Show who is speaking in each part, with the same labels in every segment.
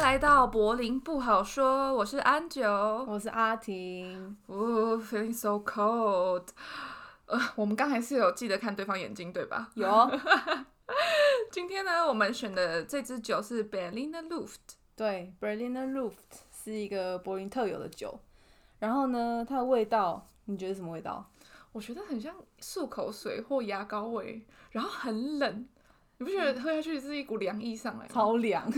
Speaker 1: 来到柏林不好说，我是安九。
Speaker 2: 我是阿婷，
Speaker 1: 哦、f e e l i n g so cold。呃，我们刚还是有记得看对方眼睛，对吧？
Speaker 2: 有
Speaker 1: 今天呢，我们选的这支酒是 Berliner Luft。
Speaker 2: 对 Berliner Luft 是一个柏林特有的酒，然后呢，它的味道你觉得什么味道？
Speaker 1: 我觉得很像漱口水或牙膏味，然后很冷，你不觉得喝下去是一股凉意上来吗？
Speaker 2: 超凉，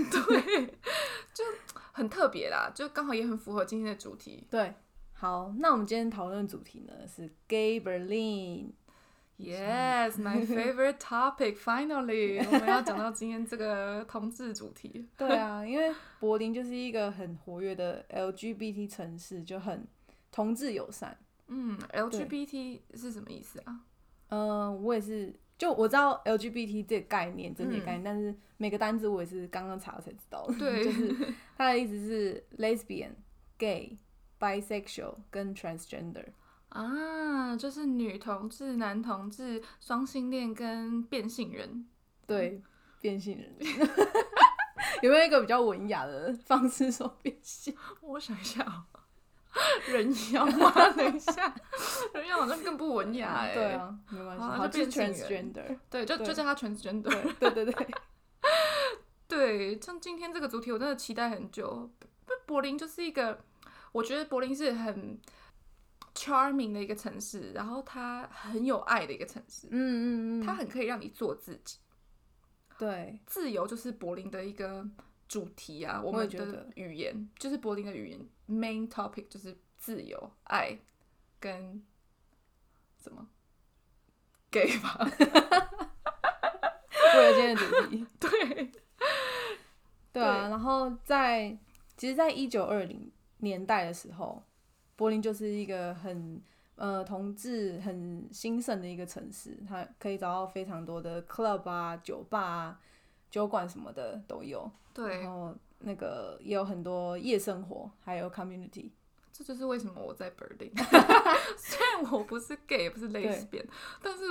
Speaker 1: 很特别啦，就刚好也很符合今天的主题。
Speaker 2: 对。好，那我们今天讨论的主题呢是 Gay Berlin，
Speaker 1: Yes, my favorite topic. Finally，我们 要讲到今天这个同志主题。
Speaker 2: 对啊，因为柏林就是一个很活跃的 LGBT 城市，就很同志友善。
Speaker 1: 嗯，LGBT 是什么意思啊？
Speaker 2: 嗯，我也是，就我知道 LGBT 这个概念，整体概念，但是每个单字我也是刚刚查才知 道的。
Speaker 1: 嗯对
Speaker 2: 就是它的意思是 lesbian、gay、bisexual 跟 transgender。
Speaker 1: 啊，就是女同志、男同志、双性恋跟变性人。嗯
Speaker 2: 对，变性人。 有没有一个比较文雅的方式说变性？
Speaker 1: 我想一下、哦，人 妖啊，等一下，人妖好像更不文雅哎、
Speaker 2: 对，啊，没关系，
Speaker 1: 好啊
Speaker 2: 好，
Speaker 1: 就
Speaker 2: 就是
Speaker 1: 变性人
Speaker 2: transgender。
Speaker 1: 对，就
Speaker 2: 对
Speaker 1: 就叫他全 e 对
Speaker 2: 对对对对，
Speaker 1: 对，像今天这个主题，我真的期待很久。不，柏林就是一个，我觉得柏林是很 charming 的一个城市，然后它很有爱的一个城市，
Speaker 2: 嗯嗯嗯，
Speaker 1: 它很可以让你做自己。
Speaker 2: 对
Speaker 1: 自由就是柏林的一个主题啊，我
Speaker 2: 我也
Speaker 1: 们
Speaker 2: 觉
Speaker 1: 的
Speaker 2: 得
Speaker 1: 语言就是柏林的语言 main topic 就是自由、爱跟什么 gay 吧？
Speaker 2: 为了今天的主题。
Speaker 1: 对，
Speaker 2: 对啊，然后在其实，在一九二零年代的时候，柏林就是一个很呃同志很兴盛的一个城市，它可以找到非常多的 club 啊、酒吧啊、酒馆什么的都有，然
Speaker 1: 对，
Speaker 2: 后那个也有很多夜生活，还有 community。
Speaker 1: 这就是为什么我在 Berlin。虽然我不是 gay，也不是 lesbian，但是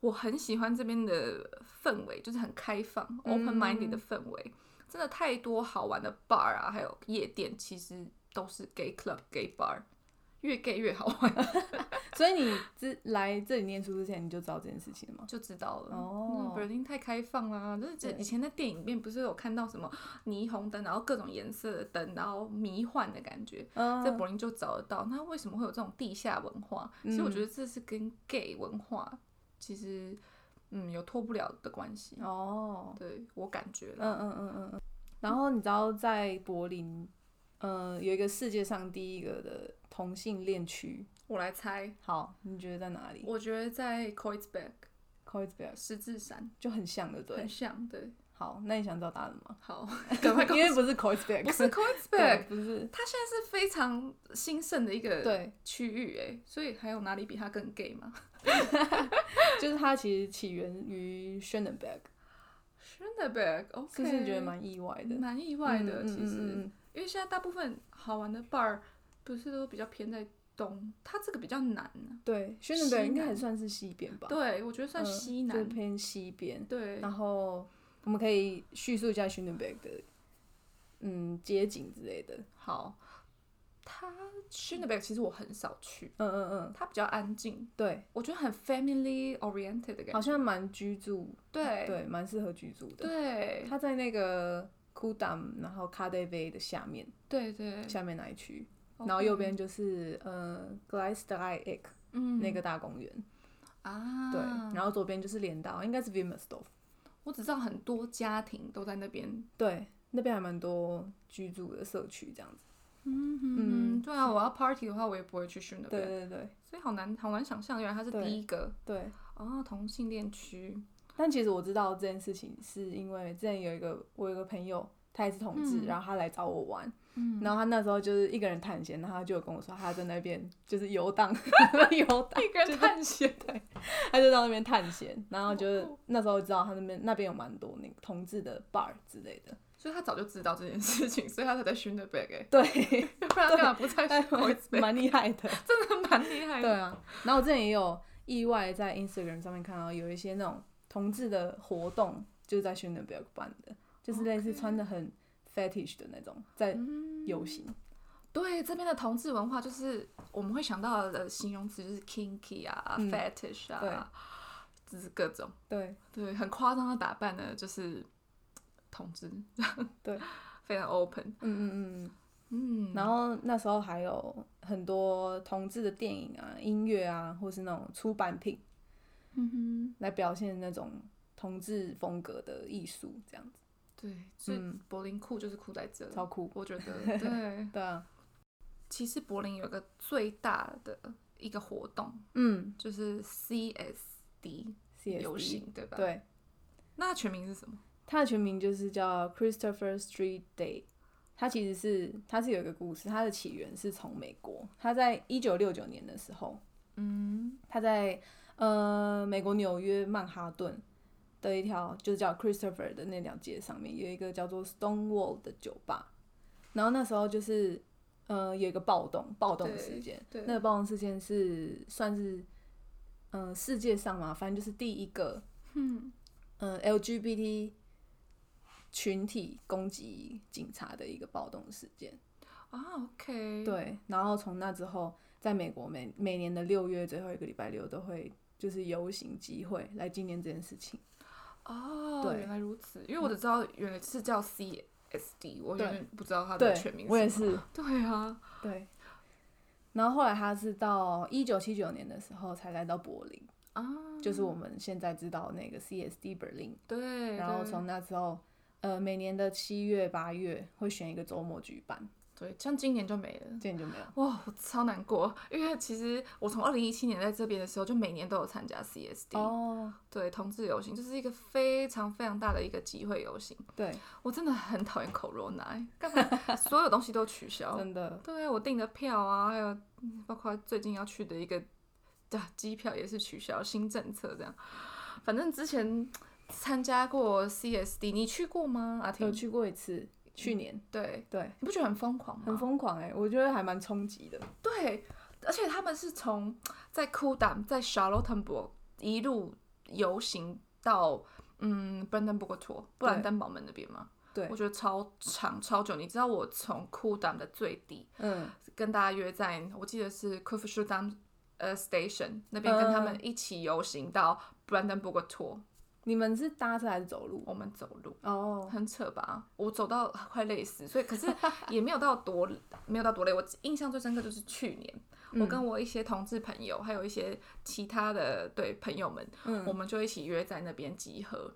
Speaker 1: 我很喜欢这边的氛围，就是很开放、open minded
Speaker 2: 嗯
Speaker 1: 的氛围。真的太多好玩的 bar 啊，还有夜店，其实都是 gay club、gay bar，越 gay 越好玩，
Speaker 2: 所以你之来这里念书之前，你就知道这件事情了吗？
Speaker 1: 就知道了。
Speaker 2: 哦
Speaker 1: 那 Berlin 太开放啦，就是
Speaker 2: 对
Speaker 1: 以前在电影里面不是有看到什么霓虹灯，然后各种颜色的灯，然后迷幻的感觉。在
Speaker 2: 嗯，
Speaker 1: 柏林就找得到。那为什么会有这种地下文化？其
Speaker 2: 嗯
Speaker 1: 实我觉得这是跟 gay 文化其实嗯有脱不了的关系。
Speaker 2: 哦，
Speaker 1: 对我感觉了，
Speaker 2: 嗯嗯嗯嗯嗯。然后你知道在柏林，呃，有一个世界上第一个的同性恋区。
Speaker 1: 我来猜，
Speaker 2: 好，你觉得在哪里
Speaker 1: 我觉得在 Kreuzberg
Speaker 2: k o i s b e r g
Speaker 1: 十字山
Speaker 2: 就很像，对不对
Speaker 1: 很？像。对，哦
Speaker 2: 好，那你想知道答案吗？
Speaker 1: 好，赶快告诉
Speaker 2: 因为
Speaker 1: 我，
Speaker 2: 不是 k o i s b e r g
Speaker 1: 不 是
Speaker 2: 对，
Speaker 1: Kreuzberg，
Speaker 2: 不是，
Speaker 1: 它现在是非常兴盛的一个
Speaker 2: 对，
Speaker 1: 区域哎，所以还有哪里比它更 gay 吗
Speaker 2: 就是它其实起源于 Schöneberg，
Speaker 1: ？Schöneberg，OK，
Speaker 2: 是不是觉得蛮意外的？
Speaker 1: 蛮意外的，
Speaker 2: 嗯
Speaker 1: 其实。
Speaker 2: 嗯嗯嗯嗯
Speaker 1: 因为现在大部分好玩的 bar 不是都比较偏在东，它这个比较南、啊、
Speaker 2: 对
Speaker 1: 西
Speaker 2: ，Schöneberg 应该
Speaker 1: 南
Speaker 2: 还算是西边吧？
Speaker 1: 对，我觉得算
Speaker 2: 嗯
Speaker 1: 西
Speaker 2: 就是
Speaker 1: 南。
Speaker 2: 偏西边。
Speaker 1: 对，
Speaker 2: 然后我们可以叙述一下 Schöneberg 的，嗯，街景之类的。
Speaker 1: 好，它 Schöneberg 其实我很少去，
Speaker 2: 嗯嗯嗯，
Speaker 1: 它比较安静，
Speaker 2: 对，
Speaker 1: 我觉得很 family oriented 的感
Speaker 2: 好
Speaker 1: 觉。
Speaker 2: 像蛮居住，
Speaker 1: 啊对
Speaker 2: 对，蛮适合居住的。
Speaker 1: 对
Speaker 2: 它在那个 Kudam，然后 k a d e v 的下面，
Speaker 1: 对对，哦
Speaker 2: 下面那一区，
Speaker 1: OK
Speaker 2: 然后右边就是呃 g l a s d r e i c
Speaker 1: 嗯
Speaker 2: 那个大公园，
Speaker 1: 啊，
Speaker 2: 对，然后左边就是连到，应该是 v i m e r s d o r f
Speaker 1: 我只知道很多家庭都在那边。
Speaker 2: 对，那边还蛮多居住的社区这样子。
Speaker 1: 嗯对啊，我要 party 的话，我也不会去 Schöneberg，
Speaker 2: 对对对
Speaker 1: 所以好难好难想象，原来它是
Speaker 2: 对
Speaker 1: 第一个
Speaker 2: 对。
Speaker 1: 哦，同性恋区。
Speaker 2: 但其实我知道这件事情，是因为之前有一个我有一个朋友，他也是同志，
Speaker 1: 嗯
Speaker 2: 然后他来找我玩，
Speaker 1: 嗯
Speaker 2: 然后他那时候就是一个人探险，然后他就有跟我说他在那边就是游荡， 游荡，
Speaker 1: 一个人探
Speaker 2: 险，对，他就到那边探险，然后就是
Speaker 1: 好酷
Speaker 2: 那时候知道他那边那边有蛮多那个同志的 bar 之类的，
Speaker 1: 所以他早就知道这件事情， 所以他才在 Schöneberg，欸
Speaker 2: 对，
Speaker 1: 要不然他干嘛不 在 Kreuzberg？
Speaker 2: 蛮厉害的，
Speaker 1: 真的蛮厉害
Speaker 2: 对
Speaker 1: 的。
Speaker 2: 啊。然后我之前也有意外在 Instagram 上面看到有一些那种同志的活动，就是在 s c h ö n e b e r g 办的，就是类似
Speaker 1: OK 嗯
Speaker 2: 穿的很 fetish 的那种在游行。
Speaker 1: 对这边的同志文化，就是我们会想到的形容词就是 kinky 啊、
Speaker 2: 嗯
Speaker 1: fetish 啊，就是各种
Speaker 2: 对
Speaker 1: 对很夸张的打扮呢，就是同志，
Speaker 2: 对，
Speaker 1: 非常 open。
Speaker 2: 嗯嗯嗯。
Speaker 1: 嗯，
Speaker 2: 然后那时候还有很多同志的电影啊、音乐啊，或是那种出版品
Speaker 1: 嗯
Speaker 2: 来表现那种同志风格的艺术，这样子
Speaker 1: 哼，对，所以
Speaker 2: 嗯
Speaker 1: 柏林酷就是酷在这，
Speaker 2: 超酷。
Speaker 1: 我觉得对。
Speaker 2: 对啊，
Speaker 1: 其实柏林有一个最大的一个活动
Speaker 2: 嗯
Speaker 1: 就是 CSD
Speaker 2: ，CSD
Speaker 1: 游行，对吧？。
Speaker 2: 对，
Speaker 1: 那它全名是什么？
Speaker 2: 他的全名就是叫 Christopher Street Day。他其实是他是有一个故事，他的起源是从美国。他在一九六九年的时候，
Speaker 1: 嗯
Speaker 2: 他在呃美国纽约曼哈顿的一条就是叫 Christopher 的那条街上面有一个叫做 Stonewall 的酒吧，然后那时候就是呃有一个暴动暴动
Speaker 1: 对
Speaker 2: 事件，
Speaker 1: 哎对
Speaker 2: 那个暴动事件是算是呃世界上嘛，反正就是第一个
Speaker 1: 嗯
Speaker 2: 呃 LGBT 群体攻击警察的一个暴动事件。
Speaker 1: 啊，OK，，
Speaker 2: 对，然后从那之后，在美国每每年的六月最后一个礼拜六都会就是游行集会来纪念这件事情。
Speaker 1: 哦，
Speaker 2: 对嗯
Speaker 1: 原来如此，因为我只知道原来是叫 CSD，我
Speaker 2: 对
Speaker 1: 原本不知道它的
Speaker 2: 对
Speaker 1: 全名，
Speaker 2: 我也
Speaker 1: 什么。
Speaker 2: 是。
Speaker 1: 对啊，
Speaker 2: 对。然后后来他是到一九七九年的时候才来到柏林，
Speaker 1: 啊，
Speaker 2: 就是我们现在知道那个 CSD Berlin。
Speaker 1: 对，
Speaker 2: 然后
Speaker 1: 对
Speaker 2: 从那之后，呃，每年的七月、八月会选一个周末举办，
Speaker 1: 对，像今年就没了。
Speaker 2: 今年就没有。
Speaker 1: 哇，我超难过，因为其实我从二零一七年在这边的时候，就每年都有参加 CSD，、
Speaker 2: 哦，
Speaker 1: 对，同志游行，就是一个非常非常大的一个集会游行。
Speaker 2: 对，
Speaker 1: 我真的很讨厌 Corona，欸干嘛 所有东西都取消？
Speaker 2: 真的，
Speaker 1: 对啊，我订的票啊，还有嗯包括最近要去的一个对啊机票也是取消，新政策这样。反正之前参加过 CSD，你去过吗？阿
Speaker 2: 有
Speaker 1: 婷，
Speaker 2: 去过一次，去年，
Speaker 1: 对，
Speaker 2: 对，
Speaker 1: 你不觉得很疯狂吗？
Speaker 2: 很疯狂哎、我觉得还蛮冲击的。
Speaker 1: 对，而且他们是从在 d 党在 Charlottenburg 一路游行到嗯 Brandenburg Tor 布兰登堡门那边嘛。
Speaker 2: 对
Speaker 1: 我觉得超长超久。你知道我从 d 党的最低
Speaker 2: 嗯，
Speaker 1: 跟大家约在，我记得是 k u f s h u d a m 呃 Station 那边跟他们
Speaker 2: 嗯
Speaker 1: 一起游行到 Brandenburg Tor，、
Speaker 2: 你们是搭车还是走路？
Speaker 1: 我们走路。
Speaker 2: 哦，
Speaker 1: 很扯吧？我走到 快累死，所以可是也没有到多没有到多累。我印象最深刻就是去年，
Speaker 2: 嗯
Speaker 1: 我跟我一些同志朋友，还有一些其他的对朋友们，我
Speaker 2: 嗯，
Speaker 1: 们就一起约在那边集合。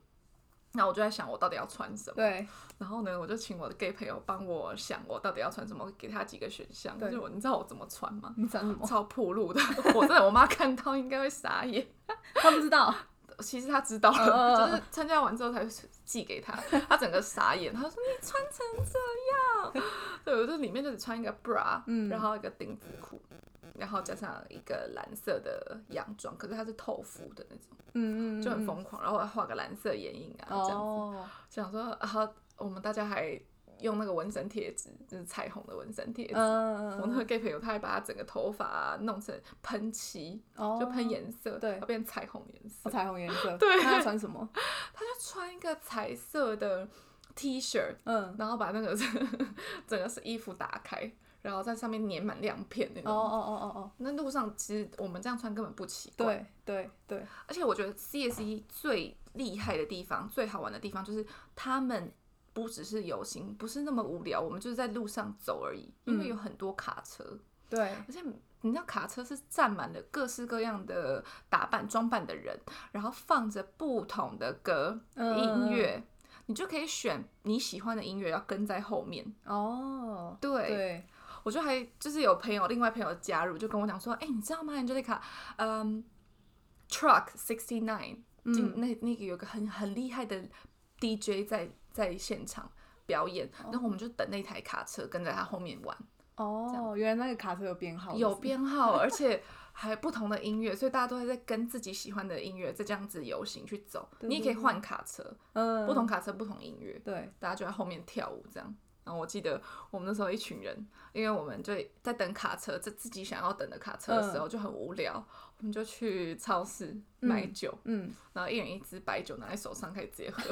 Speaker 1: 那我就在想，我到底要穿什么？
Speaker 2: 哦对，
Speaker 1: 然后呢，我就请我的 gay 朋友帮我想，我到底要穿什么，我给他几个选项。
Speaker 2: 对
Speaker 1: 就是我，你知道我怎么穿吗？
Speaker 2: 你讲什么？
Speaker 1: 超破路的， 我真的，我妈看到应该会傻眼。
Speaker 2: 他不 知道，
Speaker 1: 其实他知道
Speaker 2: 嗯
Speaker 1: 了，就是参加完之后才寄给他，他整个傻眼，他说你穿成这样，对，我就里面就只穿一个 bra，
Speaker 2: 嗯
Speaker 1: 然后一个丁字裤，然后加上一个蓝色的洋装，可是它是透肤的那种，
Speaker 2: 嗯嗯，
Speaker 1: 就很疯狂，然后还画个蓝色眼影啊，这样子，
Speaker 2: 哦，
Speaker 1: 想说啊，我们大家还用那个纹身贴纸，就是彩虹的纹身贴纸。
Speaker 2: 嗯，
Speaker 1: 我那个 gay 朋友，他还把他整个头发、啊、弄成喷漆，
Speaker 2: 哦，
Speaker 1: 就喷颜色，
Speaker 2: 对
Speaker 1: 要变彩虹颜色
Speaker 2: 哦，。彩虹颜色，
Speaker 1: 对
Speaker 2: 那要穿什么？
Speaker 1: 穿一个彩色的 T 恤，
Speaker 2: 嗯，
Speaker 1: 然后把那个整个是衣服打开，然后在上面粘满亮片那
Speaker 2: 哦
Speaker 1: 种。
Speaker 2: 哦哦哦哦，
Speaker 1: 那路上其实我们这样穿根本不奇怪。。
Speaker 2: 对对对，
Speaker 1: 而且我觉得 CSE 最厉害的地方、最好玩的地方就是他们。不只是游行，不是那么无聊，我们就是在路上走而已。因为
Speaker 2: 嗯
Speaker 1: 有很多卡车，
Speaker 2: 对，
Speaker 1: 而且你知道卡车是站满了各式各样的打扮、装扮的人，然后放着不同的歌、
Speaker 2: 嗯
Speaker 1: 音乐，你就可以选你喜欢的音乐，要跟在后面。
Speaker 2: 哦，
Speaker 1: 对，
Speaker 2: 对，
Speaker 1: 我就还就是有朋友，另外朋友加入，就跟我讲说，哎、你知道吗，Angelica，嗯，Truck Sixty Nine，
Speaker 2: 嗯
Speaker 1: 那那个有个很很厉害的 DJ 在在现场。表演，然后我们就等那台卡车跟在他后面玩，
Speaker 2: 哦，原来那个卡车有编号，
Speaker 1: 有编号，而且还不同的音乐，所以大家都还在跟自己喜欢的音乐在这样子游行去走。
Speaker 2: 对
Speaker 1: 你也可以换卡车，
Speaker 2: 嗯，
Speaker 1: 不同卡车不同音乐，
Speaker 2: 对，
Speaker 1: 大家就在后面跳舞这样。然后我记得我们那时候一群人，因为我们就在等卡车，在自己想要等的卡车的时
Speaker 2: 嗯
Speaker 1: 候就很无聊，我们就去超市买酒，
Speaker 2: 嗯，
Speaker 1: 然后一人一 支白酒拿在手上，可以直接喝。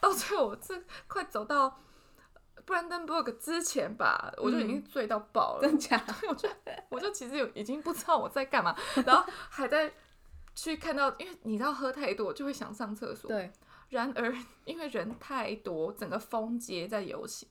Speaker 1: 到最后我这快走到布兰登伯格之前吧，我就已
Speaker 2: 嗯
Speaker 1: 经醉到爆了，
Speaker 2: 真假？
Speaker 1: 我就我就其实有已经不知道我在干嘛，然后还在去看到，因为你知道喝太多就会想上厕所，
Speaker 2: 对，
Speaker 1: 然而因为人太多，整个风街在游行，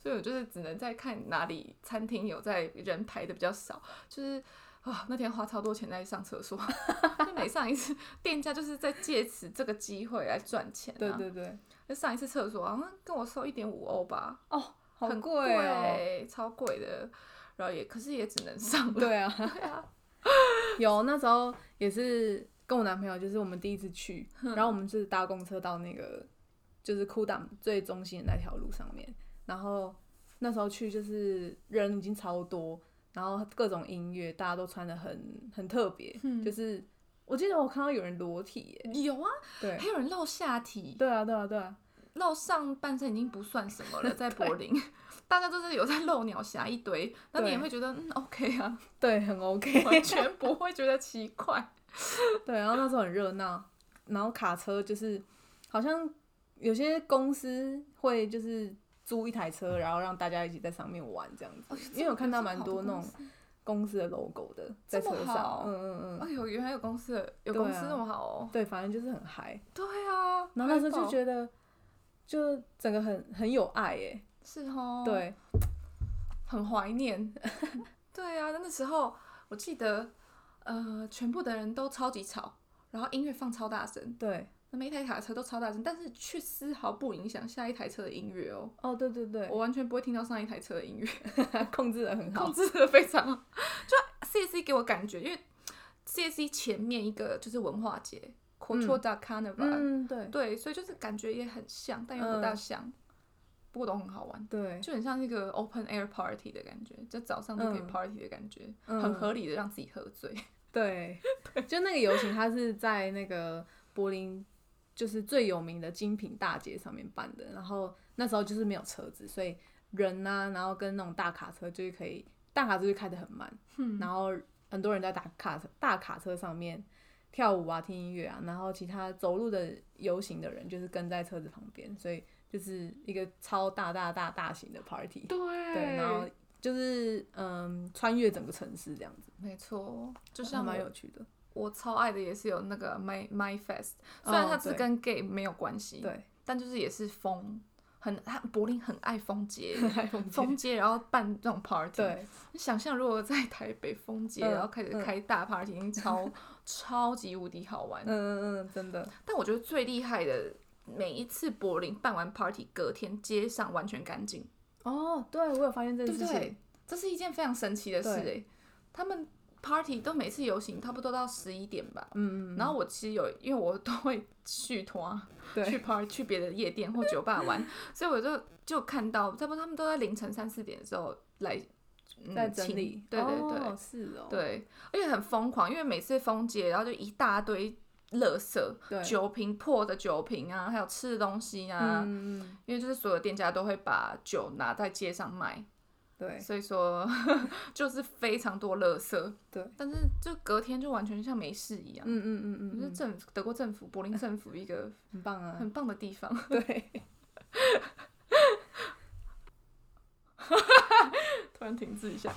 Speaker 1: 所以我就是只能在看哪里餐厅有在人排的比较少，就是。啊、那天花超多钱在上厕所， 就每上一次，店家就是在借此这个机会来赚钱、啊。
Speaker 2: 对对对，
Speaker 1: 就上一次厕所好像跟我收一点五欧吧，
Speaker 2: 哦，好
Speaker 1: 很
Speaker 2: 贵哦，
Speaker 1: 贵超贵的。然后也可是也只能上了，
Speaker 2: 对啊， 有那时候也是跟我男朋友，就是我们第一次去，然后我们是搭公车到那个就是库党最中心的那条路上面，然后那时候去就是人已经超多，然后各种音乐，大家都穿的很很特别，就是我记得我看到有人裸体耶，
Speaker 1: 有啊，
Speaker 2: 对
Speaker 1: 还有人露下体，
Speaker 2: 对啊对啊对啊，
Speaker 1: 露上半身已经不算什么了，在柏林， 大家都是有在露鸟侠一堆，那你也
Speaker 2: 对
Speaker 1: 会觉得嗯 OK 啊，
Speaker 2: 对，很 OK，
Speaker 1: 完全不会觉得奇怪。
Speaker 2: 对，然后那时候很热闹，然后卡车就是好像有些公司会就是租一台车，然后让大家一起在上面玩这样子。因 为我看到蛮多那种公司的 logo 的在
Speaker 1: 这
Speaker 2: 车
Speaker 1: 么
Speaker 2: 上
Speaker 1: 好，
Speaker 2: 嗯嗯嗯，
Speaker 1: 哎呦，原来有公司的有
Speaker 2: 对啊
Speaker 1: 公司那么好哦。
Speaker 2: 对，反正就是很嗨。
Speaker 1: 对啊，
Speaker 2: 然后那时
Speaker 1: 嗨
Speaker 2: 候就
Speaker 1: 爆
Speaker 2: 觉得，就整个很很有爱耶，
Speaker 1: 是哦，，
Speaker 2: 对，
Speaker 1: 很怀 念。对啊，那时候我记得，呃，全部的人都超级吵，然后音乐放超大声，
Speaker 2: 对，
Speaker 1: 那每一台卡车都超大声，但是却丝毫不影响下一台车的音乐哦。
Speaker 2: 哦对对对，
Speaker 1: 我完全不会听到上一台车的音乐，
Speaker 2: 控制的很好
Speaker 1: 控，制的非常好。就 C C 给我感觉，因为 C C 前面一个就是文化节 c u l t u r d a Carnival，、
Speaker 2: 嗯对
Speaker 1: 对，所以就是感觉也很像，但又不大像，
Speaker 2: 嗯
Speaker 1: 不过都很好玩。
Speaker 2: 对，
Speaker 1: 就很像那个 open air party 的感觉，就早上就可以
Speaker 2: 嗯
Speaker 1: party 的感觉，
Speaker 2: 嗯
Speaker 1: 很合理的让自己喝醉。
Speaker 2: 对，就那个游行，它是在那个柏林，就是最有名的精品大街上面办的。然后那时候就是没有车子，所以人呐、然后跟那种大卡车就是可以，大卡车就开得很慢，然后很多人在打卡车大卡车上面跳舞啊、听音乐啊，然后其他走路的游行的人就是跟在车子旁边，所以就是一个超大大大大型的 party。
Speaker 1: 对，
Speaker 2: 对，然后就是嗯，穿越整个城市这样子，
Speaker 1: 没错，就
Speaker 2: 还
Speaker 1: 像
Speaker 2: 蛮
Speaker 1: 我
Speaker 2: 有趣的。
Speaker 1: 我超爱的也是有那个 my my fest，虽然
Speaker 2: 哦
Speaker 1: 它是
Speaker 2: 对
Speaker 1: 跟 gay 没有关系，
Speaker 2: 对。。
Speaker 1: 但就是也是风，很它柏林很爱风节
Speaker 2: 台风
Speaker 1: 风街，然后办这种 party，
Speaker 2: 对，
Speaker 1: 你想象如果在台北风街，
Speaker 2: 嗯
Speaker 1: 然后开始
Speaker 2: 嗯
Speaker 1: 开大 party，已经 超超级无敌好玩
Speaker 2: 嗯。嗯嗯，真的，
Speaker 1: 但我觉得最厉害的，每一次柏林办完 party，隔天街上完全干净，
Speaker 2: 哦，对我有发现这
Speaker 1: 对
Speaker 2: 件
Speaker 1: 不
Speaker 2: 事
Speaker 1: 对
Speaker 2: 情，？
Speaker 1: 这是一件非常神奇的事
Speaker 2: 对
Speaker 1: 诶。他们 party 都每次游行差不多到十一点吧。
Speaker 2: 嗯，嗯
Speaker 1: 然后我其实有，因为我都会续团去
Speaker 2: 对，
Speaker 1: party 去别的夜店或酒吧 玩，所以我就就看到，差不多他们都在凌晨三四点的时候来、嗯、
Speaker 2: 在整
Speaker 1: 清
Speaker 2: 理，
Speaker 1: 对对对、
Speaker 2: 哦是哦，
Speaker 1: 对，而且很疯狂，因为每次封街，然后就一大堆垃圾，
Speaker 2: 对，
Speaker 1: 酒瓶破的酒瓶啊，还有吃的东西啊，
Speaker 2: 嗯，嗯嗯
Speaker 1: 因为就是所有店家都会把酒拿在街上卖，
Speaker 2: 对，
Speaker 1: 所以说 就是非常多垃圾。
Speaker 2: 对，
Speaker 1: 但是就隔天就完全像没事一样。
Speaker 2: 嗯嗯嗯
Speaker 1: 我觉
Speaker 2: 嗯
Speaker 1: 得
Speaker 2: 嗯，
Speaker 1: 政德国政府、柏林政府一 个
Speaker 2: 很棒啊，
Speaker 1: 很棒的地方。
Speaker 2: 对，
Speaker 1: 突然停滞一下。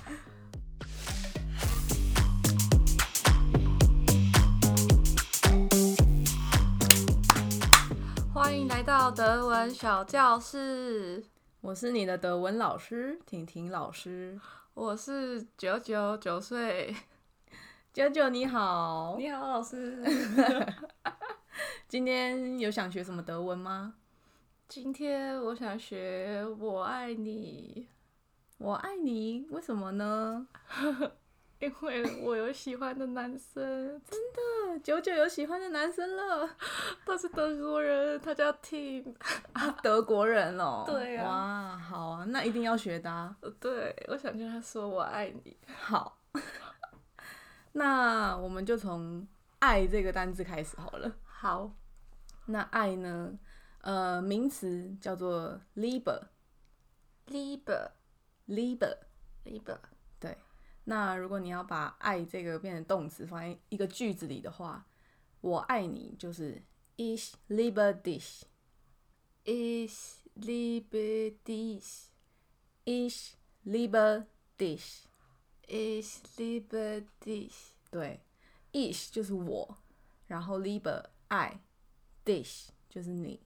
Speaker 1: 欢迎来到德文小教室。
Speaker 2: 我是你的德文老师婷婷老师，
Speaker 1: 我是九九九岁，
Speaker 2: 九九你好，
Speaker 1: 你好，老师。
Speaker 2: 今天有想学什么德文吗？
Speaker 1: 今天我想学“我爱你
Speaker 2: 我爱你，为什么呢？”，
Speaker 1: 因为我有喜欢的男生，
Speaker 2: 呃九九有喜欢的男生了，
Speaker 1: 他是德国人，他叫 Tim。
Speaker 2: 德国人哦，
Speaker 1: 对啊
Speaker 2: 哇，好啊，那一定要学的啊。
Speaker 1: 呃对，我想跟他说“我爱你
Speaker 2: 好， 那我们就从“爱”这个单字开始好了”。。
Speaker 1: 好
Speaker 2: 那“爱”呢？呃，名词叫做 “liebe”，“liebe”。
Speaker 1: ，Liebe，Liebe，
Speaker 2: 对。那如果你要把“爱”这个变成动词放在一个句子里的话，“我爱你”就是 “ich liebe dich”。
Speaker 1: Ich liebe dich。
Speaker 2: Ich liebe dich。
Speaker 1: Ich liebe dich。
Speaker 2: 对，ich 就是我，然后 liebe 爱，dich 就是你。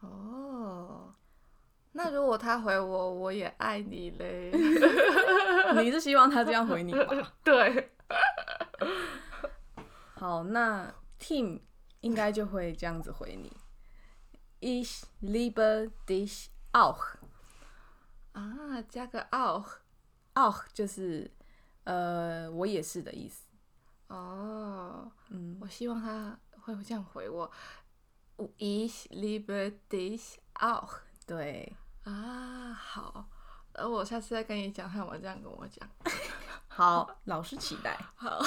Speaker 1: 哦，那如果他回我，我也爱你嘞。
Speaker 2: 你是希望他这样回你吧？
Speaker 1: 对，
Speaker 2: 好，那 Tim 应该就会这样子回你。Ich liebe dich auch。
Speaker 1: 啊，加个 auch，
Speaker 2: auch 就是呃，我也是的意思。
Speaker 1: 哦，
Speaker 2: 嗯，
Speaker 1: 我希望他会这样回我。Ich liebe dich auch。
Speaker 2: 对，
Speaker 1: 啊，好，呃，我下次再跟你讲，看我这样跟我讲。
Speaker 2: 好，老师期待。
Speaker 1: 好，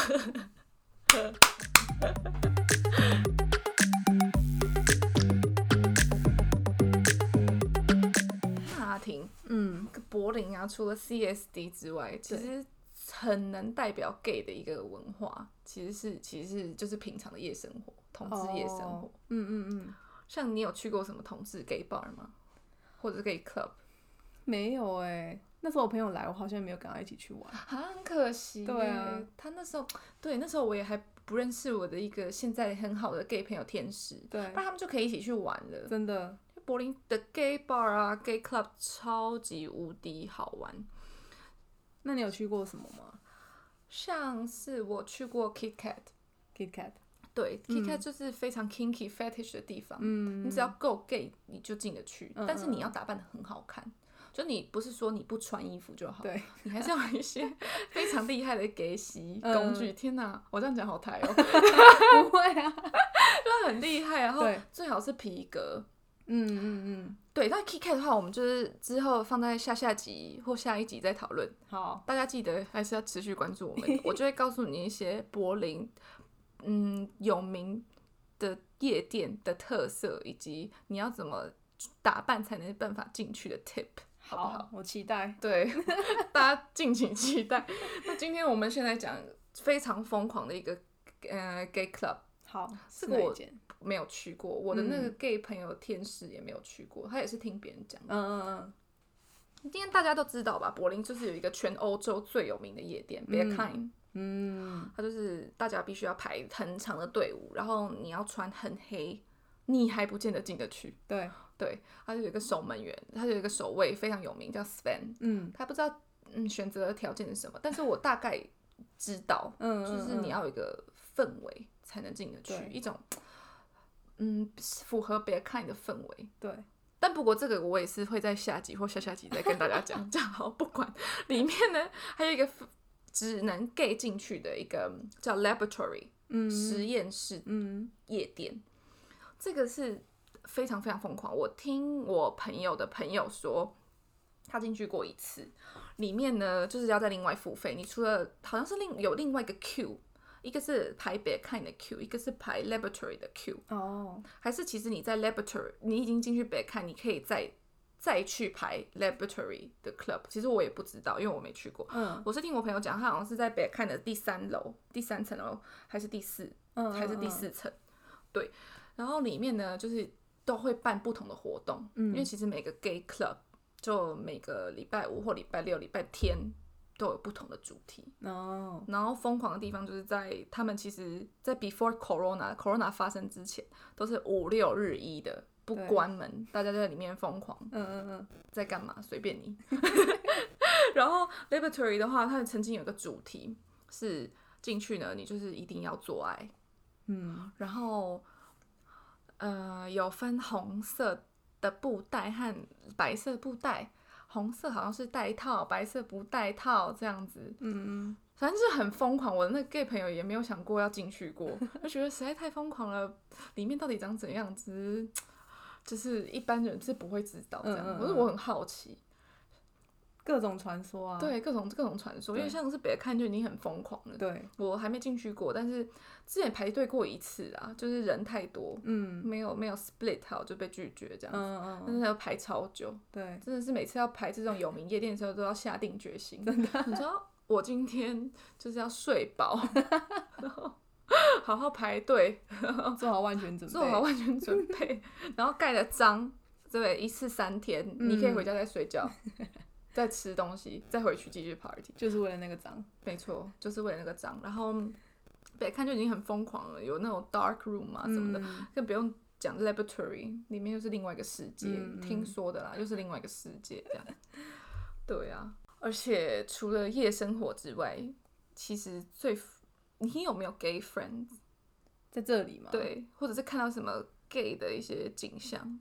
Speaker 1: 哈廷
Speaker 2: 嗯，
Speaker 1: 柏林啊，除了 CSD 之外，其实很能代表 gay 的一个文化，其实是其实是就是平常的夜生活，同志夜生活。
Speaker 2: 哦嗯嗯嗯，
Speaker 1: 像你有去过什么同志 gay bar 吗？或者 gay club？
Speaker 2: 没有哎、那时候我朋友来，我好像没有跟他一起去玩。
Speaker 1: 啊，很可惜耶。
Speaker 2: 对啊
Speaker 1: 他那时候，对，那时候我也还不认识我的一个现在很好的 gay 朋友天使，
Speaker 2: 对
Speaker 1: 不，然他们就可以一起去玩了。
Speaker 2: 真的，
Speaker 1: 柏林的 gay bar 啊，gay club 超级无敌好玩。
Speaker 2: 那你有去过什么吗
Speaker 1: 像是我去过 Kit Kat，
Speaker 2: ？Kit Kat。
Speaker 1: 对、k i t Kat 就是非常 kinky fetish 的地方，
Speaker 2: 嗯
Speaker 1: 你只要够 gay 你就进得去，
Speaker 2: 嗯
Speaker 1: 但是
Speaker 2: 嗯
Speaker 1: 你要打扮的很好看。就你不是说你不穿衣服就好，
Speaker 2: 对，
Speaker 1: 你还是要有一 些非常厉害的给洗
Speaker 2: 嗯
Speaker 1: 工具。天哪，我这样讲好台 哦，
Speaker 2: 不会啊。
Speaker 1: 就很厉害，然后
Speaker 2: 对
Speaker 1: 最好是皮革。
Speaker 2: 嗯嗯嗯，
Speaker 1: 对，那 K i K 的话，我们就是之后放在下下集或下一集再讨论。
Speaker 2: 好，
Speaker 1: 大家记得还是要持续关注我们，我就会告诉你一些柏林，嗯，有名的夜店的特色，以及你要怎么打扮才能办法进去的 tip，好不好？
Speaker 2: 我期待。
Speaker 1: 对， 大家敬请期待。那今天我们先来讲非常疯狂的一个呃 gay club，
Speaker 2: 好，是
Speaker 1: 个
Speaker 2: 哪一
Speaker 1: 我
Speaker 2: 间？
Speaker 1: 没有去过，我的那个 gay 朋友天使也没有去过，他也是听别人讲的。
Speaker 2: 嗯嗯嗯，
Speaker 1: 今天大家都知道吧，柏林就是有一个全欧洲最有名的夜店 b e r k i n
Speaker 2: 嗯，
Speaker 1: 它就是大家必须要排很长的队伍，然后你要穿很黑，你还不见得进得去。
Speaker 2: 对，
Speaker 1: 对，它就有一个守门员，它就有一个守卫非常有名，叫 Sven。
Speaker 2: 嗯
Speaker 1: 他不知道嗯选择的条件是什么，但是我大概知道，
Speaker 2: 嗯，
Speaker 1: 就是你啊
Speaker 2: 嗯
Speaker 1: 要有一个氛围才能进得去
Speaker 2: 对，
Speaker 1: 一种嗯符合 b e r k i n 的氛围。
Speaker 2: 对，
Speaker 1: 但不过这个我也是会在下集或下下集再跟大家讲，这样好不管。里面呢还有一个只能 gay 进去的一个叫 laboratory
Speaker 2: 嗯
Speaker 1: 实验室
Speaker 2: 嗯
Speaker 1: 夜店，这个是非常非常疯狂。我听我朋友的朋友说，他进去过一次，里面呢就是要再另外付费。你除了好像是另有另外一个 Q，一个是排别看的 Q，一个是排 laboratory 的 Q。
Speaker 2: 哦，
Speaker 1: 还是其实你在 laboratory，你已经进去北看，你可以再再去排 laboratory 的 club。其实我也不知道，因为我没去过。
Speaker 2: 嗯
Speaker 1: 我是听我朋友讲，他好像是在北看的第三楼、第三层楼，还是第四，
Speaker 2: 嗯，
Speaker 1: 还是第
Speaker 2: 嗯，
Speaker 1: 四层。对，然后里面呢，就是都会办不同的活动，
Speaker 2: 嗯
Speaker 1: 因为其实每个 gay club 就每个礼拜五或礼拜六、礼拜天都有不同的主题。
Speaker 2: 嗯哦，
Speaker 1: 然后疯狂的地方就是在他们其实，在 before corona corona 发生之前，都是五六日一的不
Speaker 2: 对
Speaker 1: 关门，大家在里面疯狂，
Speaker 2: 嗯嗯嗯，
Speaker 1: 在干嘛随便你。 然后 laboratory 的话，它曾经有个主题是进去呢，你就是一定要做爱，
Speaker 2: 嗯，
Speaker 1: 然后呃有分红色的布带和白色布带，红色好像是带套，白色不带套这样子。
Speaker 2: 嗯嗯，
Speaker 1: 反正就是很疯狂，我的那个 gay 朋友也没有想过要进去过， 就觉得实在太疯狂了，里面到底长怎样子，只是就是一般人是不会知道这样。
Speaker 2: 嗯嗯嗯
Speaker 1: 可是我很好奇，
Speaker 2: 各种传说啊，
Speaker 1: 对各种各种传说，因为
Speaker 2: 对
Speaker 1: 像是别看就已经很疯狂了。
Speaker 2: 对，
Speaker 1: 我还没进去过，但是之前排队过一次啊，就是人太多，
Speaker 2: 嗯
Speaker 1: 没有没有 split 好就被拒绝这
Speaker 2: 嗯
Speaker 1: 样子，
Speaker 2: 嗯
Speaker 1: 但
Speaker 2: 嗯，
Speaker 1: 是要排超久。
Speaker 2: 对，
Speaker 1: 真的是每次要排这种有名夜店的时候，都要下定决心。你知道我今天就是要睡 饱，然后好好排队，
Speaker 2: 做好万全准备，
Speaker 1: 哦做好，万全准 备，然后盖的章，对，一次三天，你可以回家再睡觉。再吃东西，再回去继续 party。
Speaker 2: 就是为了那个章。
Speaker 1: 没错，就是为了那个章。然后北看就已经很疯狂了，有那种 dark room 啊什么的，
Speaker 2: 嗯
Speaker 1: 更不用讲 laboratory 里面又是另外一个世界，
Speaker 2: 嗯嗯
Speaker 1: 听说的啦，又是另外一个世界这样。 对啊，而且除了夜生活之外，其实最你有没有 gay friends？
Speaker 2: 在这里嘛。。
Speaker 1: 对，或者是看到什么 gay 的一些景象？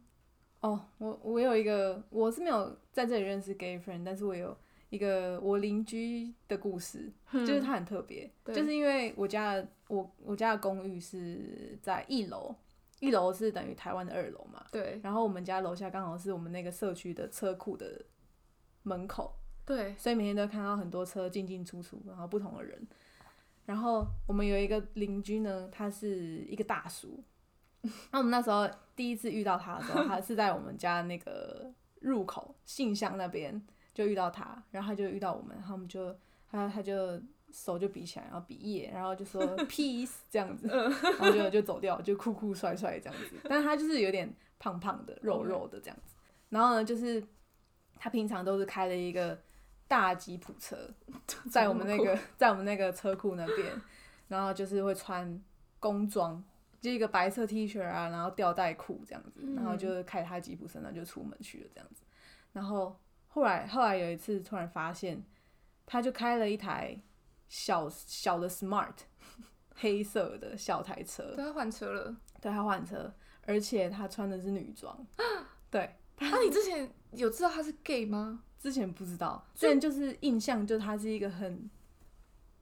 Speaker 2: 哦，我我有一个，我是没有在这里认识 gay friend，但是我有一个我邻居的故事，
Speaker 1: 嗯
Speaker 2: 就是他很特别，
Speaker 1: 对
Speaker 2: 就是因为我家的我我家的公寓是在一楼，一楼是等于台湾的二楼嘛，
Speaker 1: 对
Speaker 2: 然后我们家楼下刚好是我们那个社区的车库的门口，
Speaker 1: 对，
Speaker 2: 所以每天都看到很多车进进出出，然后不同的人。然后我们有一个邻居呢，他是一个大叔。 那我们那时候第一次遇到他的时候，他是在我们家那个入口信箱那边就遇到他，然后他就遇到我们，然后我们就他他就手就比起来，然后比耶，然后就说 peace 这样子，然后就就走掉，就酷酷帅帅这样子。但是他就是有点胖胖的、肉肉的这样子。然后呢，就是他平常都是开了一个大吉普车，在我们那个 在我们那个车库那边，然后就是会穿工装，就一个白色 T 恤啊，然后吊带裤这样子，然后
Speaker 1: 嗯
Speaker 2: 就开着他吉普车，然后就出门去了这样子。然后后来后来有一次突然发现，他就开了一台小小的 Smart 黑色的小台车，
Speaker 1: 对他换车 了。
Speaker 2: 对他换车，而且他穿的是女装。 对，
Speaker 1: 那啊你之前有知道他是 gay 吗？
Speaker 2: 之前不知道，之前就是印象就他是一个很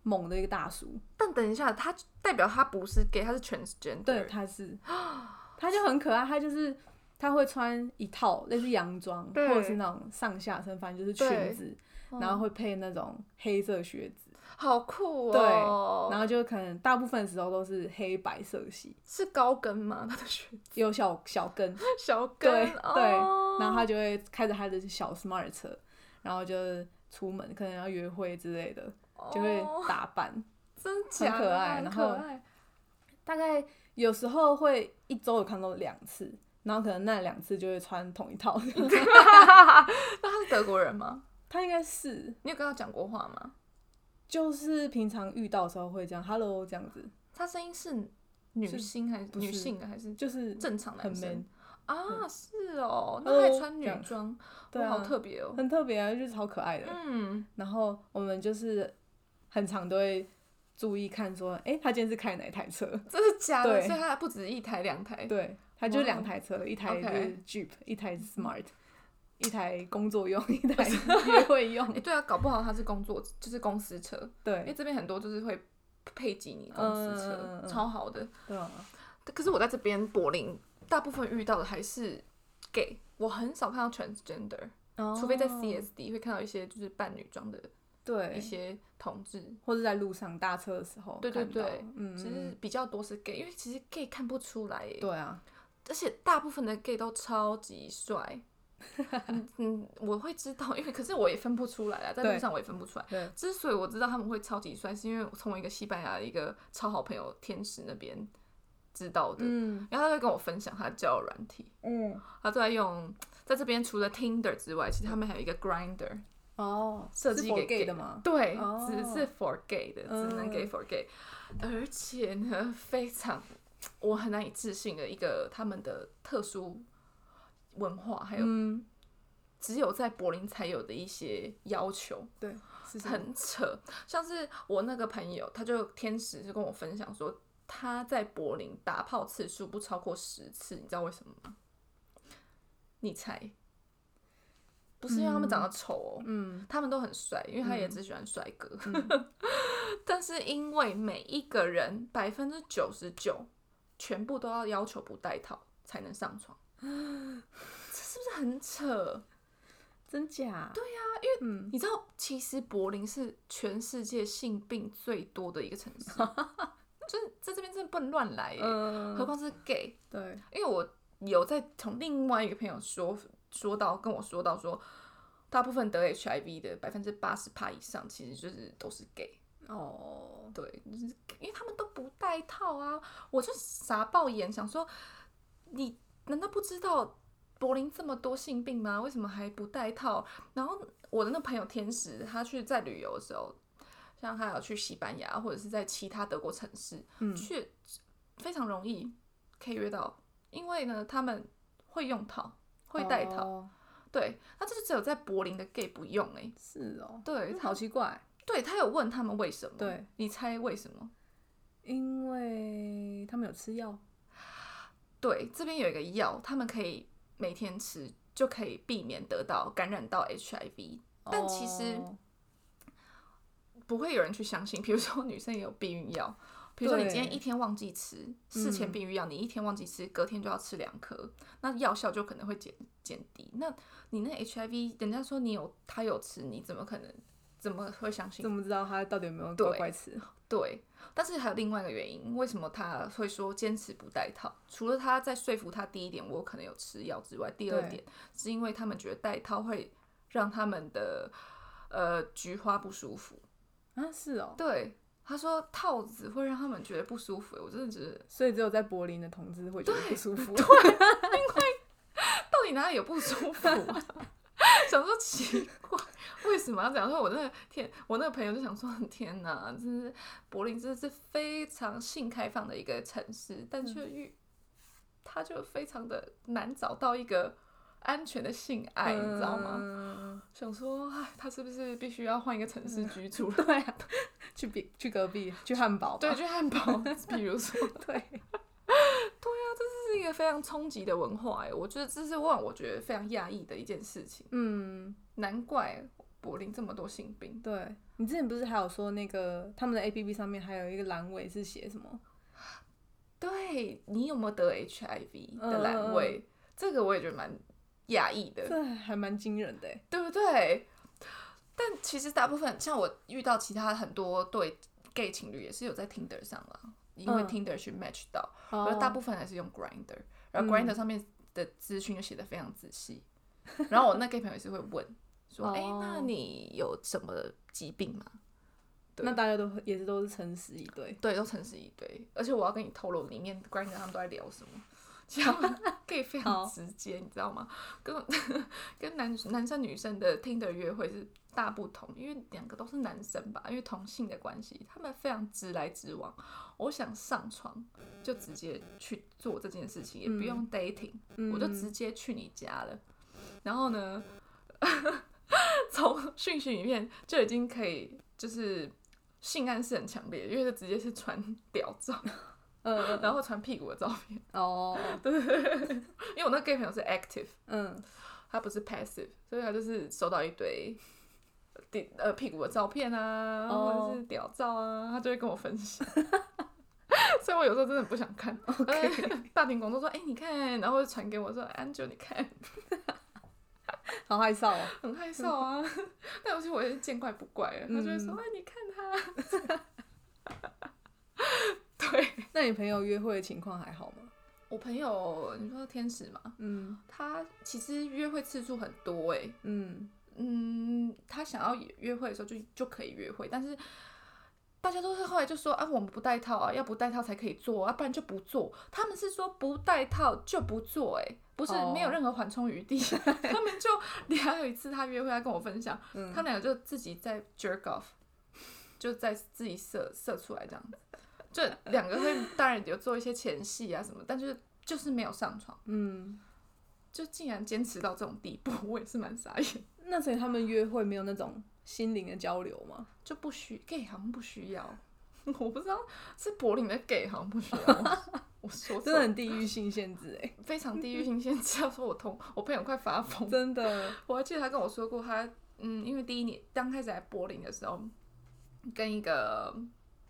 Speaker 2: 猛的一个大叔，
Speaker 1: 但等一下，他代表他不是 gay，他是 transgender。
Speaker 2: 对，他是， 他就很可爱，他就是他会穿一套类似洋装，或
Speaker 1: 对
Speaker 2: 者是那种上下身，反正就是裙
Speaker 1: 对
Speaker 2: 子，
Speaker 1: 嗯
Speaker 2: 然后会配那种黑色靴子，
Speaker 1: 好酷
Speaker 2: 对
Speaker 1: 哦。
Speaker 2: 然后就可能大部分时候都是黑白色系，
Speaker 1: 是高跟吗？他的靴
Speaker 2: 有小小 跟，
Speaker 1: 小跟
Speaker 2: 对
Speaker 1: 哦
Speaker 2: 对，然后他就会开着他的小 smart 车，然后就出门，可能要约会之类的，就会
Speaker 1: 哦
Speaker 2: 打扮。
Speaker 1: 真假
Speaker 2: 可
Speaker 1: 的
Speaker 2: 爱
Speaker 1: 很
Speaker 2: 然
Speaker 1: 可
Speaker 2: 后
Speaker 1: 爱
Speaker 2: 大概有时候会一周有看到两次，然后可能那两次就会穿同一套。
Speaker 1: 那他是德国人吗？
Speaker 2: 他应该是
Speaker 1: 你有跟他讲过话吗？
Speaker 2: 就是平常遇到的时候会这样 “hello” 这样子，
Speaker 1: 他声音是女性还是
Speaker 2: 不是
Speaker 1: 女性的还是
Speaker 2: 就是
Speaker 1: 正常
Speaker 2: 很
Speaker 1: 男
Speaker 2: man，
Speaker 1: 生啊？是哦，那
Speaker 2: Hello，
Speaker 1: 他还穿女
Speaker 2: 这样
Speaker 1: 装，
Speaker 2: 对
Speaker 1: 哇，
Speaker 2: 啊，
Speaker 1: 好特别哦。
Speaker 2: 很特别啊，就是超可爱的。
Speaker 1: 嗯，
Speaker 2: 然后我们就是很常都会注意看说，诶，他今天是开哪一台车？
Speaker 1: 真的假的？
Speaker 2: 对
Speaker 1: 所以他不止一台两台，
Speaker 2: 对，他就
Speaker 1: 哇
Speaker 2: 两台车，一台
Speaker 1: OK 嗯
Speaker 2: 就是 Jeep，一台是 Smart，一台工作用， 一台约会
Speaker 1: 哎、
Speaker 2: 用。
Speaker 1: 对啊，搞不好他是工作，就是公司车，因为
Speaker 2: 对，
Speaker 1: 这边很多就是会配给你公司车，
Speaker 2: 嗯嗯嗯嗯
Speaker 1: 超好的。
Speaker 2: 对啊，
Speaker 1: 可是我在这边柏林，大部分遇到的还是 gay，我很少看到 transgender，、除非在
Speaker 2: 哦
Speaker 1: CSD 会看到一些就是扮女装的一
Speaker 2: 对，
Speaker 1: 些同志，
Speaker 2: 或者在路上搭车的时候
Speaker 1: 对对
Speaker 2: 看到
Speaker 1: 对
Speaker 2: 嗯，
Speaker 1: 其实
Speaker 2: 嗯
Speaker 1: 比较多是 gay，因为其实 gay 看不出来耶，
Speaker 2: 对啊，
Speaker 1: 而且大部分的 gay 都超级 帅。嗯嗯，我会知道，因为可是我也分不出来啊，在
Speaker 2: 对
Speaker 1: 路上我也分不出来。
Speaker 2: 对，
Speaker 1: 之所以我知道他们会超级帅，是因为我从我一个西班牙的一个超好朋友天使那边知道的，
Speaker 2: 嗯
Speaker 1: 然后他会跟我分享他的交友软体，
Speaker 2: 嗯，
Speaker 1: 他都在用，在这边除了 Tinder 之外，其实他们还有一个 Grinder，
Speaker 2: 哦，
Speaker 1: 设计
Speaker 2: 是 for
Speaker 1: 给
Speaker 2: gay
Speaker 1: gay
Speaker 2: 的吗？
Speaker 1: 对，
Speaker 2: 哦
Speaker 1: 只是 for gay 的，只能给 for gay，、而且呢，非常我很难以置信的一个他们的特殊文化，还有
Speaker 2: 嗯，
Speaker 1: 只有在柏林才有的一些要求，
Speaker 2: 对，是什么
Speaker 1: 很扯。像是我那个朋友，他就天使就跟我分享说，他在柏林打炮次数不超过十次，你知道为什么吗？你猜？不是因为他们长得丑哦，
Speaker 2: 嗯
Speaker 1: 他们都很帅，因为他也只喜欢帅哥。 但是因为每一个人百分之九十九全部都要要求不戴套才能上床， 这是不是很扯？
Speaker 2: 真假？对呀，因为嗯
Speaker 1: 你知道，其实柏林是全世界性病最多的一个城市，就是在这边真的不能乱来耶，何
Speaker 2: 嗯，
Speaker 1: 况是 gay。
Speaker 2: 对，
Speaker 1: 因为我有在从另外一个朋友说说到跟我说到说，大部分得 HIV 的百分之八十趴以上其实就是都是 gay，
Speaker 2: 哦，
Speaker 1: 对，就是因为他们都不戴套啊，我就傻爆眼想说，你难道不知道柏林这么多性病吗？为什么还不戴套？然后我的那朋友天使，他去在旅游的时候，像他有去西班牙或者是在其他德国城市，
Speaker 2: 嗯
Speaker 1: 却非常容易可以约到，因为呢，他们会用套，会戴套。
Speaker 2: 哦
Speaker 1: 对，那就是只有在柏林的 gay 不用哎、
Speaker 2: 是哦，
Speaker 1: 对，他
Speaker 2: 好奇怪，
Speaker 1: 对他有问他们为什么？
Speaker 2: 对，
Speaker 1: 你猜为什么？
Speaker 2: 因为他们有吃药，
Speaker 1: 对，这边有一个药，他们可以每天吃，就可以避免得到感染到 HIV。但其实
Speaker 2: 哦
Speaker 1: 不会有人去相信。比如说 女生也有避孕药，比如说你今天
Speaker 2: 对
Speaker 1: 一天忘记吃事前避孕药，你一天忘记吃，隔天就要吃两颗，那药效就可能会减减低。那你那 HIV，人家说你有他有吃，你怎么可能怎么会相信
Speaker 2: 怎么知道他到底有没有
Speaker 1: 对
Speaker 2: 乖乖吃？
Speaker 1: 对，但是还有另外一个原因，为什么他会说坚持不戴套？除了他在说服他第一点我可能有吃药之外，第二
Speaker 2: 对
Speaker 1: 点是因为他们觉得戴套会让他们的呃菊花不舒服。
Speaker 2: 啊，是哦，
Speaker 1: 对，他说套子会让他们觉得不舒服，我真的觉得
Speaker 2: 所以只有在柏林的同志会觉得不舒服，
Speaker 1: 到底哪里有不舒服、 啊？想说奇怪，为什么要讲？说我那个天，我那个朋友就想说，天哪，真是柏林真的是非常性开放的一个城市，但却
Speaker 2: 嗯
Speaker 1: 遇，他就非常的难找到一个安全的性爱，
Speaker 2: 嗯
Speaker 1: 你知道吗？
Speaker 2: 吗？
Speaker 1: 想说，哎，他是不是必须要换一个城市居住？
Speaker 2: 对啊，去比去隔壁去汉堡 吧，
Speaker 1: 对，去汉堡，比如 说，
Speaker 2: 对，
Speaker 1: 这是一个非常冲击的文化，哎，我觉得这是让我觉得非常讶异的一件事情，
Speaker 2: 嗯，
Speaker 1: 难怪柏林这么多性病。
Speaker 2: 对。你之前不是还有说那个他们的 A P P 上面还有一个阑尾是写什么？
Speaker 1: 对你有没有得 HIV
Speaker 2: 嗯
Speaker 1: 的阑尾？这个我也觉得蛮讶异的，
Speaker 2: 这还蛮惊人的欸，
Speaker 1: 对不对？但其实大部分像我遇到其他很多对 gay 情侣也是有在 Tinder 上啦，因为
Speaker 2: 嗯
Speaker 1: Tinder 去 match 到，
Speaker 2: 然
Speaker 1: 然后大部分还是用 Grinder，然后
Speaker 2: 嗯
Speaker 1: Grinder 上面的资讯就写的非常仔细。然后我那 gay 朋友也是会问 说：“
Speaker 2: 哦
Speaker 1: 哎、那你有什么疾病吗对
Speaker 2: 那大家都也是都是诚实以对？”，
Speaker 1: 对，都诚实一堆。而且我要跟你透露，里面 Grinder 他们都在聊什么。这 样 gay 非常
Speaker 2: 好
Speaker 1: 直接，你知道吗？跟跟男男生女生的 Tinder 约会是大不同，因为两个都是男生吧，因为同性的关系，他们非常直来直往。我想上床就直接去做这件事情，也不用 dating，、
Speaker 2: 嗯
Speaker 1: 我就直接去你家了。然后呢， 从讯息里面就已经可以就是性暗示很强烈，因为就直接是传屌照，
Speaker 2: 嗯
Speaker 1: 然后传屁股的照片。
Speaker 2: 哦，
Speaker 1: 因为我那 gay 朋友是 active，
Speaker 2: 嗯
Speaker 1: 他不是 passive，所以他就是收到一堆。顶呃屁股的照片啊
Speaker 2: 哦
Speaker 1: 或者是屌照啊，他就会跟我分享， 所以我有时候真的不想看。
Speaker 2: ，OK，
Speaker 1: 大庭广众说：“哎、你看。”然后就传给我说：“安九，你看，
Speaker 2: 好害臊哦，
Speaker 1: 很害臊啊。” 但其实我也是见怪不怪了，他就会说：“
Speaker 2: 嗯
Speaker 1: 哎、你看他。” 对，
Speaker 2: 那你朋友约会的情况还好吗？
Speaker 1: 我朋友，你说天使嘛，
Speaker 2: 嗯
Speaker 1: 他其实约会次数很多哎、
Speaker 2: 嗯
Speaker 1: 嗯，他想要约会的时候就就可以约会，但是大家都是后来就说啊，我们不戴套啊，要不戴套才可以做啊，不然就不做。他们是说不戴套就不做、欸，不是
Speaker 2: 哦
Speaker 1: 没有任何缓冲余地。 他们就你还有一次他约会，他跟我分享，
Speaker 2: 嗯，
Speaker 1: 他们两个就自己在 jerk off，就在自己射射出来这样子。就两个会当然有做一些前戏啊什么，但就是就是没有上床，
Speaker 2: 嗯，
Speaker 1: 就竟然坚持到这种地步，我也是蛮傻眼。
Speaker 2: 那所以他们约会没有那种心灵的交流吗？
Speaker 1: 就不需 gay 好像不需要， 我不知道是柏林的 gay 好像不需要。 我我说
Speaker 2: 真
Speaker 1: 错，
Speaker 2: 的很地域性限制哎，
Speaker 1: 非常地域性限制，要说我同我朋友快发疯。
Speaker 2: 真的，
Speaker 1: 我还记得他跟我说过他，嗯，因为第一年刚开始来柏林的时候，跟一个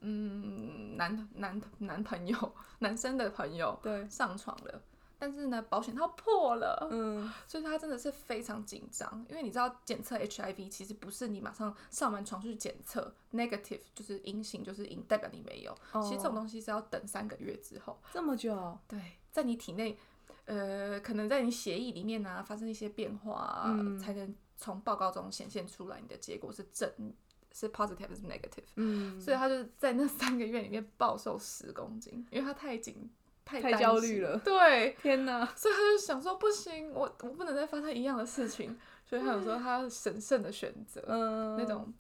Speaker 1: 嗯男男男朋友 男生的朋友
Speaker 2: 对，
Speaker 1: 上床了，但是呢保险套破了，
Speaker 2: 嗯
Speaker 1: 所以他真的是非常紧张，因为你知道检测 HIV 其实不是你马上上完床去检测 negative 就是阴性，就是阴代表你没有。
Speaker 2: 哦
Speaker 1: 其实这种东西是要等三个月之后，
Speaker 2: 这么久，哦
Speaker 1: 对，在你体内，呃，可能在你血液里面啊发生一些变化、啊，
Speaker 2: 嗯
Speaker 1: 才能从报告中显现出来你的结果是正是 positive 还是 negative。
Speaker 2: 嗯，
Speaker 1: 所以他就是在那三个月里面暴瘦十公斤，因为他太紧太
Speaker 2: 太
Speaker 1: 担
Speaker 2: 焦
Speaker 1: 心
Speaker 2: 虑了
Speaker 1: 对，
Speaker 2: 天哪，
Speaker 1: 所以他就想说不行，我我不能再发生一样的事情， 所以他有时候他审慎的选择、
Speaker 2: 嗯，
Speaker 1: 那，种，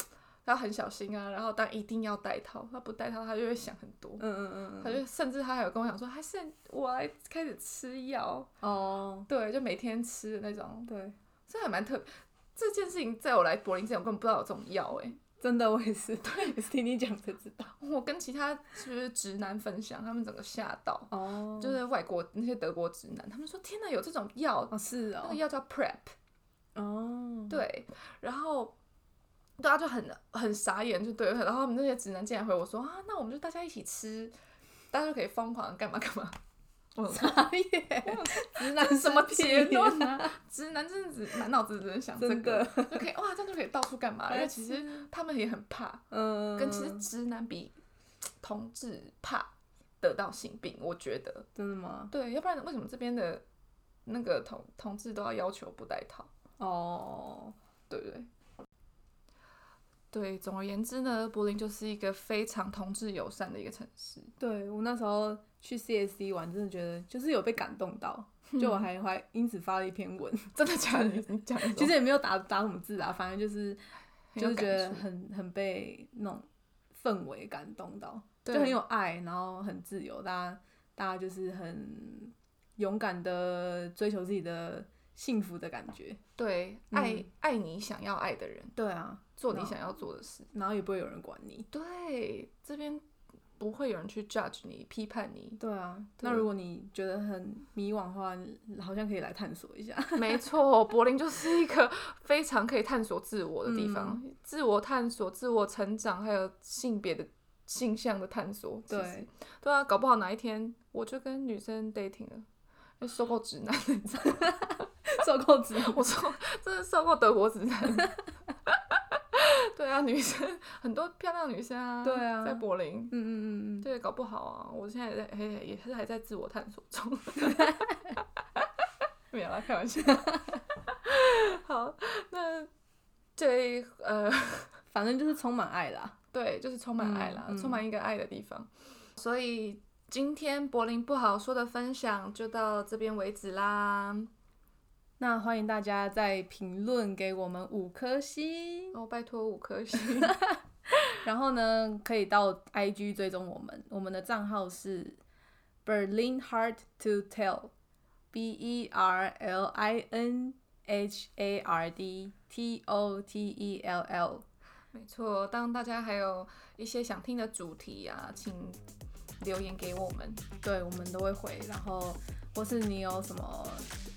Speaker 1: 他很小心啊，然后但一定要戴套，他不戴套他就会想很多。
Speaker 2: 嗯嗯嗯
Speaker 1: 他
Speaker 2: 嗯，
Speaker 1: 就甚至他还有跟我讲说，还是我来开始吃药，
Speaker 2: 哦，
Speaker 1: 对，就每天吃的那种，
Speaker 2: 对，
Speaker 1: 这还蛮特别。这件事情在我来柏林之前，我根本不知道有这种药哎、
Speaker 2: 真的我也是， 对，也是听你讲才知道。
Speaker 1: 我跟其他就是直男分享，他们整个吓到，
Speaker 2: 哦
Speaker 1: 就
Speaker 2: 就是
Speaker 1: 是外国那些德国直男，他们说天哪，有这种药，
Speaker 2: 哦是
Speaker 1: 那个
Speaker 2: 哦，
Speaker 1: 药叫 Prep，
Speaker 2: 哦，
Speaker 1: 对，然后大家就很很傻眼，就对了，然后他们那些直男竟然回我说啊，那我们就大家一起吃，大家就可以疯狂地干嘛干嘛。 我 想说
Speaker 2: 傻眼，直男
Speaker 1: 什么
Speaker 2: 是屁
Speaker 1: 结论
Speaker 2: 呀？
Speaker 1: 啊？ 直男真的只满脑子只能想这
Speaker 2: 真
Speaker 1: 个
Speaker 2: 的，，
Speaker 1: 就可以哇，这样就可以到处干嘛？因为其实他们也很怕，
Speaker 2: 嗯，
Speaker 1: 跟其实直男比，同志怕得到性病，我觉得
Speaker 2: 真的吗？
Speaker 1: 对，要不然为什么这边的那个同同志都要要求不戴套？
Speaker 2: 哦，
Speaker 1: 对不对？对，总而言之呢，柏林就是一个非常同志友善的一个城市。
Speaker 2: 对我那时候去 CSC 玩，真的觉得就是有被感动到，就我还还因此发了一篇文，
Speaker 1: 真的假的？你讲一种
Speaker 2: 其实也没有打打什么字啊，反正就是
Speaker 1: 很有
Speaker 2: 就是觉
Speaker 1: 感
Speaker 2: 得
Speaker 1: 触
Speaker 2: 很很被那种氛围感动到，就
Speaker 1: 对
Speaker 2: 很有爱，然后很自由，大家大家就是很勇敢的追求自己的幸福的感觉。
Speaker 1: 对
Speaker 2: 嗯
Speaker 1: 爱、爱你想要爱的人，
Speaker 2: 对啊，
Speaker 1: 做你
Speaker 2: 嗯
Speaker 1: 想要做的事。
Speaker 2: 然后也不会有人管你。
Speaker 1: 对，这边不会有人去 judge 你、批判你。
Speaker 2: 对啊，
Speaker 1: 对
Speaker 2: 那如果你觉得很迷惘的话，好像可以来探索一下。
Speaker 1: 没错，柏林就是一个非常可以探索自我的地方，
Speaker 2: 嗯
Speaker 1: 自我探索、自我成长，还有性别的性向的探索。其实
Speaker 2: 对，
Speaker 1: 对啊，搞不好哪一天我就跟女生 dating 了，因为受够直男，
Speaker 2: 受够直男
Speaker 1: 我说真的受够德国直 男。对啊，女生很多漂亮女生啊，
Speaker 2: 对啊
Speaker 1: 在柏林
Speaker 2: 嗯，嗯嗯嗯，
Speaker 1: 对，搞不好啊，我现在也在也也是还在自我探索中。 没有啦，开玩笑。 好，那这呃，
Speaker 2: 嗯反正就是充满爱啦。
Speaker 1: 对，就是充满爱啦，
Speaker 2: 嗯嗯
Speaker 1: 充满一个爱的地方。所以今天柏林不好说的分享就到这边为止啦。
Speaker 2: 那欢迎大家在评论给我们五颗星，
Speaker 1: 哦，拜托五颗星。
Speaker 2: 然后呢，可以到 IG 追踪我们，我们的账号是 Berlin Heart to Tell，B E R L I N H A R D T O T E L L。
Speaker 1: 没错，当大家还有一些想听的主题啊，请留言给我们。
Speaker 2: 对，我们都会回。然后，或是你有什么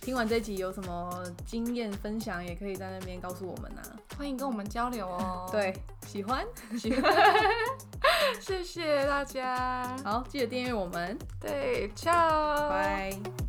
Speaker 2: 听完这集有什么经验分享，也可以在那边告诉我们啊。
Speaker 1: 欢迎跟我们交流哦。，
Speaker 2: 对，喜欢
Speaker 1: 谢谢大家。
Speaker 2: 好，记得订阅我们，
Speaker 1: 对，ciao。
Speaker 2: 拜。